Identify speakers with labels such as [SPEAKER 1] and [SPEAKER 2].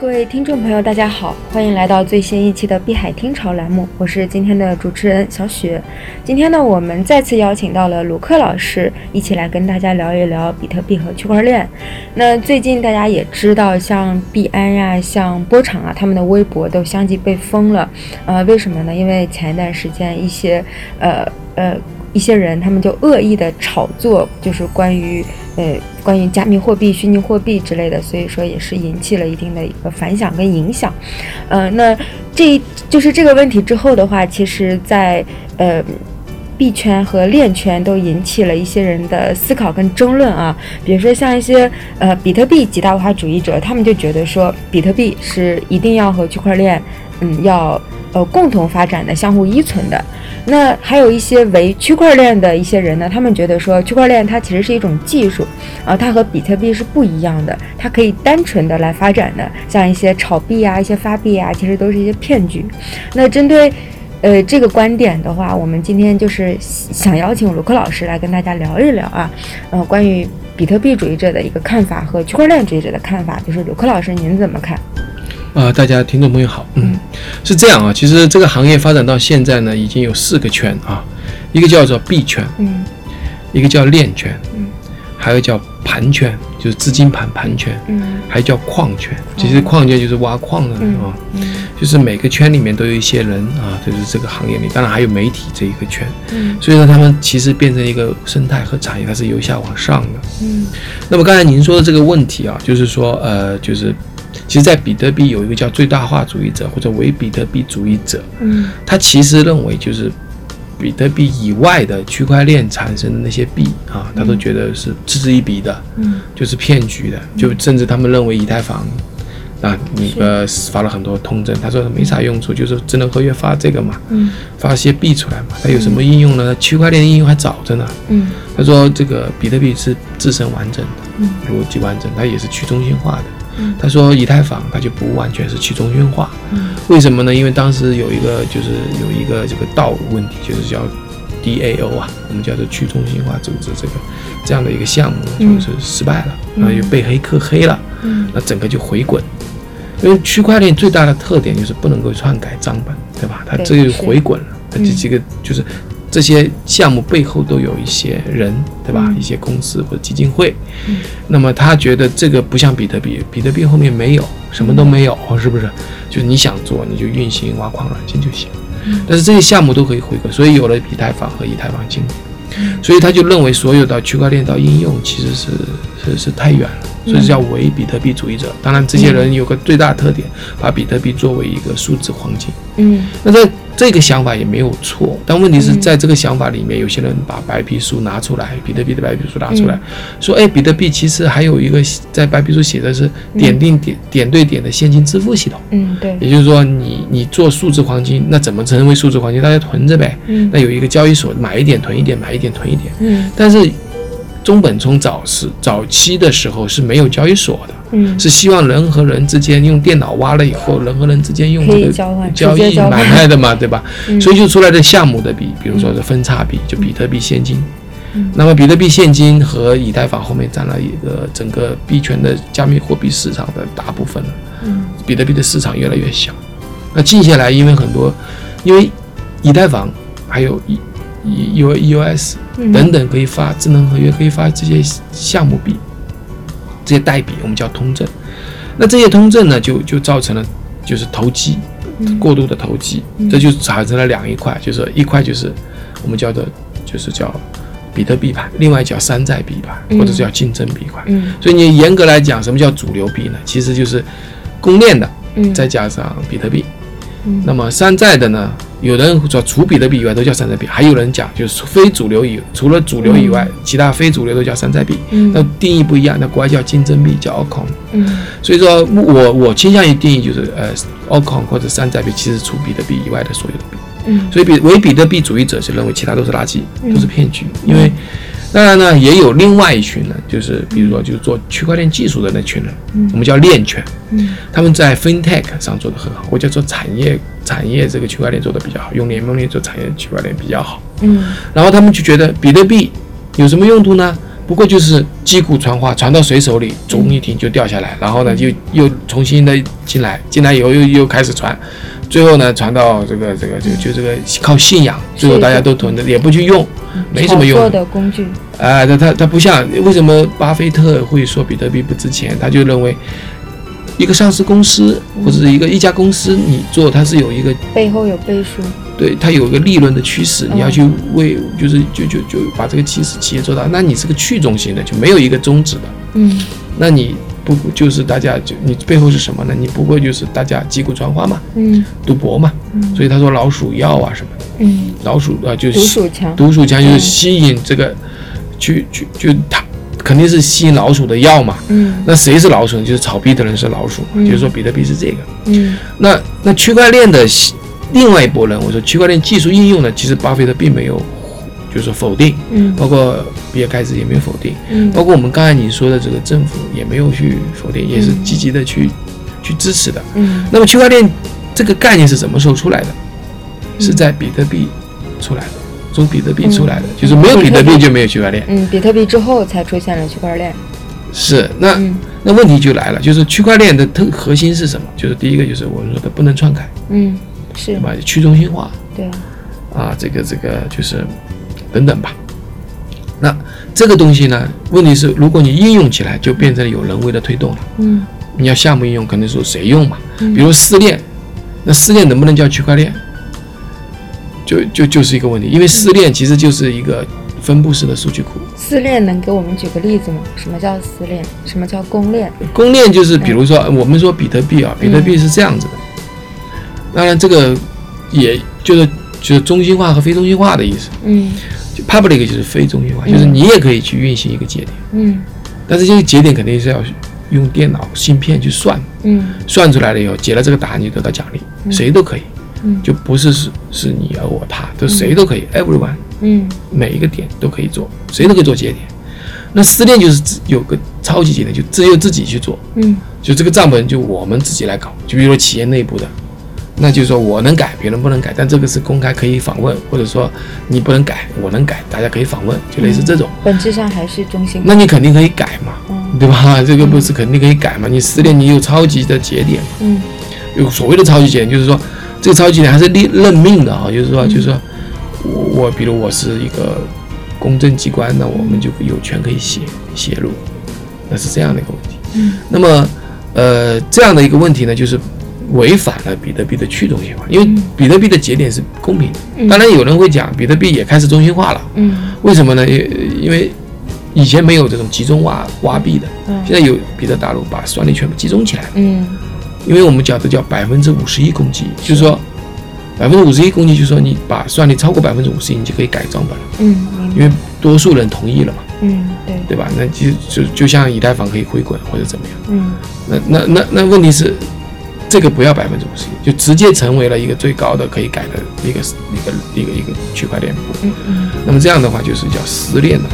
[SPEAKER 1] 各位听众朋友，大家好，欢迎来到最新一期的《碧海听潮》栏目，我是今天的主持人小雪。今天呢，我们再次邀请到了卢克老师，一起来跟大家聊一聊比特币和区块链。那最近大家也知道，像币安呀、像波场啊，他们的微博都相继被封了。呃，为什么呢？因为前一段时间一些呃呃一些人，他们就恶意的炒作，就是关于呃关于加密货币、虚拟货币之类的，所以说也是引起了一定的一个反响跟影响。呃，那这就是这个问题之后的话，其实在呃。币圈和链圈都引起了一些人的思考跟争论啊，比如说像一些呃比特币极大化主义者，他们就觉得说比特币是一定要和区块链，嗯，要呃共同发展的、相互依存的。那还有一些为区块链的一些人呢，他们觉得说区块链它其实是一种技术，啊，它和比特币是不一样的，它可以单纯的来发展的，像一些炒币啊、一些发币啊，其实都是一些骗局。那针对呃这个观点的话，我们今天就是想邀请卢克老师来跟大家聊一聊啊，呃，关于比特币主义者的一个看法和区块链主义者的看法，就是卢克老师您怎么看？
[SPEAKER 2] 呃，大家听众朋友好，嗯，是这样啊，其实这个行业发展到现在呢，已经有四个圈啊，一个叫做币圈，
[SPEAKER 1] 嗯
[SPEAKER 2] 一个叫链圈，
[SPEAKER 1] 嗯，
[SPEAKER 2] 还有叫盘圈，就是资金盘盘圈，
[SPEAKER 1] 嗯哦
[SPEAKER 2] 还叫矿圈，其实矿圈就是挖矿的
[SPEAKER 1] 嗯
[SPEAKER 2] 啊，
[SPEAKER 1] 嗯
[SPEAKER 2] 就是每个圈里面都有一些人啊，就是这个行业里，当然还有媒体这一个圈，
[SPEAKER 1] 嗯
[SPEAKER 2] 所以说他们其实变成一个生态和产业，它是由下往上的。
[SPEAKER 1] 嗯
[SPEAKER 2] 那么刚才您说的这个问题啊，就是说，呃，就是，其实，在比特币有一个叫最大化主义者或者伪比特币主义者，
[SPEAKER 1] 嗯
[SPEAKER 2] 他其实认为就是比特币以外的区块链产生的那些币啊，他都觉得是嗤之以鼻的，
[SPEAKER 1] 嗯
[SPEAKER 2] 就是骗局的，就甚至他们认为以太坊。啊，那个发了很多通证，他说没啥用处，就是智能合约发这个嘛，
[SPEAKER 1] 嗯
[SPEAKER 2] 发些币出来嘛，它有什么应用呢？区块链的应用还早着呢。
[SPEAKER 1] 嗯
[SPEAKER 2] 他说这个比特币是自身完整的，
[SPEAKER 1] 嗯
[SPEAKER 2] 逻辑完整，它也是去中心化的。
[SPEAKER 1] 嗯
[SPEAKER 2] 他说以太坊它就不完全是去中心化，
[SPEAKER 1] 嗯
[SPEAKER 2] 为什么呢？因为当时有一个就是有一个这个道问题，就是叫 DAO 啊，我们叫做去中心化组织这个这样的一个项目
[SPEAKER 1] 嗯
[SPEAKER 2] 就是失败了，
[SPEAKER 1] 嗯
[SPEAKER 2] 然后又被黑客黑了，
[SPEAKER 1] 嗯
[SPEAKER 2] 那整个就回滚。因为区块链最大的特点就是不能够篡改账本，对吧？它
[SPEAKER 1] 对
[SPEAKER 2] 这个
[SPEAKER 1] 是
[SPEAKER 2] 回滚了，它这
[SPEAKER 1] 嗯
[SPEAKER 2] 几个就是这些项目背后都有一些人，对吧？
[SPEAKER 1] 嗯
[SPEAKER 2] 一些公司或者基金会，
[SPEAKER 1] 嗯
[SPEAKER 2] 那么他觉得这个不像比特币，比特币后面没有什么都
[SPEAKER 1] 嗯
[SPEAKER 2] 没有，哦是不是？就是你想做，你就运行挖矿软件就行。
[SPEAKER 1] 嗯
[SPEAKER 2] 但是这些项目都可以回归，所以有了以太坊和以太坊经理，
[SPEAKER 1] 嗯
[SPEAKER 2] 所以他就认为所有的区块链到应用其实是是是太远了，所以叫伪比特币主义者。当然，这些人有个最大特点，把比特币作为一个数字黄金。
[SPEAKER 1] 嗯
[SPEAKER 2] 那在这个想法也没有错，但问题是
[SPEAKER 1] 嗯
[SPEAKER 2] 在这个想法里面，有些人把白皮书拿出来，比特币的白皮书拿出来，说，哎，比特币其实还有一个在白皮书写的是点定点、点对点的现金支付系统，
[SPEAKER 1] 嗯对
[SPEAKER 2] 也就是说你，你做数字黄金，那怎么成为数字黄金？大家囤着呗，
[SPEAKER 1] 嗯
[SPEAKER 2] 那有一个交易所买一点囤一点，买一点囤一点，
[SPEAKER 1] 嗯
[SPEAKER 2] 但是。中本聪早时早期的时候是没有交易所的，
[SPEAKER 1] 嗯
[SPEAKER 2] 是希望人和人之间用电脑挖了以后，人和人之间用
[SPEAKER 1] 可以
[SPEAKER 2] 这个
[SPEAKER 1] 交换
[SPEAKER 2] 交
[SPEAKER 1] 直接
[SPEAKER 2] 易
[SPEAKER 1] 交换
[SPEAKER 2] 买卖的嘛，对吧？
[SPEAKER 1] 嗯
[SPEAKER 2] 所以就出来的项目的币，比如说是分叉币，就比特币现金。
[SPEAKER 1] 嗯
[SPEAKER 2] 那么比特币现金和以太坊后面占了一个整个币圈的加密货币市场的大部分了。
[SPEAKER 1] 嗯
[SPEAKER 2] 比特币的市场越来越小。那近下来，因为很多，因为以太坊还有 E U E U S
[SPEAKER 1] 嗯
[SPEAKER 2] 等等可以发智能合约，可以发这些项目币，这些代币我们叫通证。那这些通证呢，就就造成了就是投机，
[SPEAKER 1] 嗯
[SPEAKER 2] 过度的投机，
[SPEAKER 1] 嗯
[SPEAKER 2] 这就产生了两一块，就是一块就是我们叫做就是叫比特币盘，另外叫山寨币盘，
[SPEAKER 1] 嗯
[SPEAKER 2] 或者叫竞争币盘。
[SPEAKER 1] 嗯
[SPEAKER 2] 所以你严格来讲，什么叫主流币呢？其实就是公链的，
[SPEAKER 1] 嗯
[SPEAKER 2] 再加上比特币。
[SPEAKER 1] 嗯
[SPEAKER 2] 那么山寨的呢，有人说除比特币以外都叫山寨币，还有人讲就是非主流以除了主流以外，其他非主流都叫山寨币。
[SPEAKER 1] 嗯
[SPEAKER 2] 那定义不一样，那国外叫竞争币，叫 altcoin。
[SPEAKER 1] 嗯
[SPEAKER 2] 所以说我我倾向于定义就是呃 altcoin 或者山寨币，其实除比特币以外的所有的币。
[SPEAKER 1] 嗯
[SPEAKER 2] 所以比唯比特币主义者是认为其他都是垃圾，
[SPEAKER 1] 嗯
[SPEAKER 2] 都是骗局。因为当然呢，也有另外一群人，就是比如说就是做区块链技术的那群人，
[SPEAKER 1] 嗯
[SPEAKER 2] 我们叫链圈，
[SPEAKER 1] 嗯
[SPEAKER 2] 他们在 FinTech 上做得很好，或者做产业产业这个区块链做得比较好，用联盟链做产业区块链比较好。
[SPEAKER 1] 嗯
[SPEAKER 2] 然后他们就觉得比特币有什么用途呢？不过就是击鼓传花，传到谁手里，钟一停就掉下来，然后呢又又重新的进来，进来以后又又开始传，最后呢传到这个这个就就这个靠信仰，最后大家都囤着，也不去用，没什么用
[SPEAKER 1] 炒作的工具，
[SPEAKER 2] 啊，他他他不像为什么巴菲特会说比特币不值钱？他就认为一个上市公司或者是一个一家公司，你做它是有一个
[SPEAKER 1] 背后有背书，
[SPEAKER 2] 对它有一个利润的趋势，你要
[SPEAKER 1] 嗯
[SPEAKER 2] 去为就是就就就把这个企事企业做大，那你是个去中心的，就没有一个宗旨的，
[SPEAKER 1] 嗯，
[SPEAKER 2] 那你不就是大家就你背后是什么呢？你不过就是大家击鼓传花嘛，
[SPEAKER 1] 嗯
[SPEAKER 2] 赌博嘛，
[SPEAKER 1] 嗯
[SPEAKER 2] 所以他说老鼠药啊什么的，
[SPEAKER 1] 嗯，
[SPEAKER 2] 老鼠啊就是
[SPEAKER 1] 独属强，
[SPEAKER 2] 毒鼠强就是
[SPEAKER 1] 嗯
[SPEAKER 2] 吸引这个，去去就它肯定是吸引老鼠的药嘛。
[SPEAKER 1] 嗯
[SPEAKER 2] 那谁是老鼠呢？就是炒币的人是老鼠嘛，
[SPEAKER 1] 嗯
[SPEAKER 2] 就是说比特币是这个。
[SPEAKER 1] 嗯
[SPEAKER 2] 那那区块链的西另外一波人，我说区块链技术应用呢，其实巴菲特并没有就是否定，
[SPEAKER 1] 嗯
[SPEAKER 2] 包括比尔盖茨也没有否定，
[SPEAKER 1] 嗯
[SPEAKER 2] 包括我们刚才你说的这个政府也没有去否定，也是
[SPEAKER 1] 嗯
[SPEAKER 2] 积极的去去支持的。
[SPEAKER 1] 嗯
[SPEAKER 2] 那么区块链这个概念是什么时候出来的？
[SPEAKER 1] 嗯
[SPEAKER 2] 是在比特币出来的，从比特币出来的，
[SPEAKER 1] 嗯
[SPEAKER 2] 就是没有比特币就没有区块链。
[SPEAKER 1] 嗯，比特币之后才出现了区块链，
[SPEAKER 2] 是，那、
[SPEAKER 1] 嗯
[SPEAKER 2] 那问题就来了，就是区块链的特核心是什么？就是第一个就是我们说的不能篡改，
[SPEAKER 1] 嗯
[SPEAKER 2] 对
[SPEAKER 1] 是
[SPEAKER 2] 吧？去中心化
[SPEAKER 1] 对，
[SPEAKER 2] 啊，这个这个就是等等吧。那这个东西呢，问题是如果你应用起来，就变成有人为的推动了。
[SPEAKER 1] 嗯
[SPEAKER 2] 你要项目应用，肯定说谁用嘛？
[SPEAKER 1] 嗯
[SPEAKER 2] 比如私链，那私链能不能叫区块链？就就就是一个问题，
[SPEAKER 1] 嗯
[SPEAKER 2] 因为私链其实就是一个分布式的数据库，
[SPEAKER 1] 私链能给我们举个例子吗？什么叫私链？什么叫公链？
[SPEAKER 2] 公链就是比如说呃我们说比特币
[SPEAKER 1] 嗯
[SPEAKER 2] 啊，比特币是这样子的，当然这个也就是就是中心化和非中心化的意思，
[SPEAKER 1] 嗯
[SPEAKER 2] 就 public 就是非中心化，
[SPEAKER 1] 嗯
[SPEAKER 2] 就是你也可以去运行一个节点，
[SPEAKER 1] 嗯
[SPEAKER 2] 但是这个节点肯定是要用电脑芯片去算，
[SPEAKER 1] 嗯
[SPEAKER 2] 算出来了以后解了这个答案你就得到奖励，
[SPEAKER 1] 嗯
[SPEAKER 2] 谁都可以。
[SPEAKER 1] 嗯
[SPEAKER 2] 就不是是是你而我他，就谁都可以、e v e r y o n e
[SPEAKER 1] 嗯
[SPEAKER 2] 每一个点都可以做，谁都可以做节点。那私链就是自有个超级节点，就只有自己去做，
[SPEAKER 1] 嗯
[SPEAKER 2] 就这个账本就我们自己来搞。就比如说企业内部的，那就是说我能改，别人不能改，但这个是公开可以访问，或者说你不能改，我能改，大家可以访问，就类似这种。
[SPEAKER 1] 本质上还是中心化，
[SPEAKER 2] 那你肯定可以改嘛，
[SPEAKER 1] 嗯
[SPEAKER 2] 对吧？ 这个不是肯定可以改嘛？你私链你有超级的节点，
[SPEAKER 1] 嗯
[SPEAKER 2] 有所谓的超级节点，就是说这个超级节点还是立任命的啊，就是说，
[SPEAKER 1] 嗯
[SPEAKER 2] 就是说我我比如我是一个公证机关，那我们就有权可以写写入，那是这样的一个问题。
[SPEAKER 1] 嗯
[SPEAKER 2] 那么，呃，这样的一个问题呢，就是违反了比特币的去中心化，因为
[SPEAKER 1] 嗯
[SPEAKER 2] 比特币的节点是公平的。
[SPEAKER 1] 嗯
[SPEAKER 2] 当然，有人会讲比特币也开始中心化了，
[SPEAKER 1] 嗯
[SPEAKER 2] 为什么呢？因为因为以前没有这种集中挖挖币的，
[SPEAKER 1] 嗯
[SPEAKER 2] 现在有比特大陆把算力全部集中起来了。
[SPEAKER 1] 嗯
[SPEAKER 2] 因为我们讲的叫百分之五十一攻击，就是说百分之五十一攻击，就是说你把算力超过百分之五十一，你就可以改账本了，
[SPEAKER 1] 嗯明
[SPEAKER 2] 因
[SPEAKER 1] 白
[SPEAKER 2] 为多数人同意了嘛，
[SPEAKER 1] 嗯对
[SPEAKER 2] 对吧？那其实就就像以太坊可以回滚或者怎么样，
[SPEAKER 1] 嗯
[SPEAKER 2] 那那那那问题是这个不要百分之五十一，就直接成为了一个最高的可以改的一个一个一个一个区块链。
[SPEAKER 1] 嗯嗯
[SPEAKER 2] 那么这样的话就是叫私链了，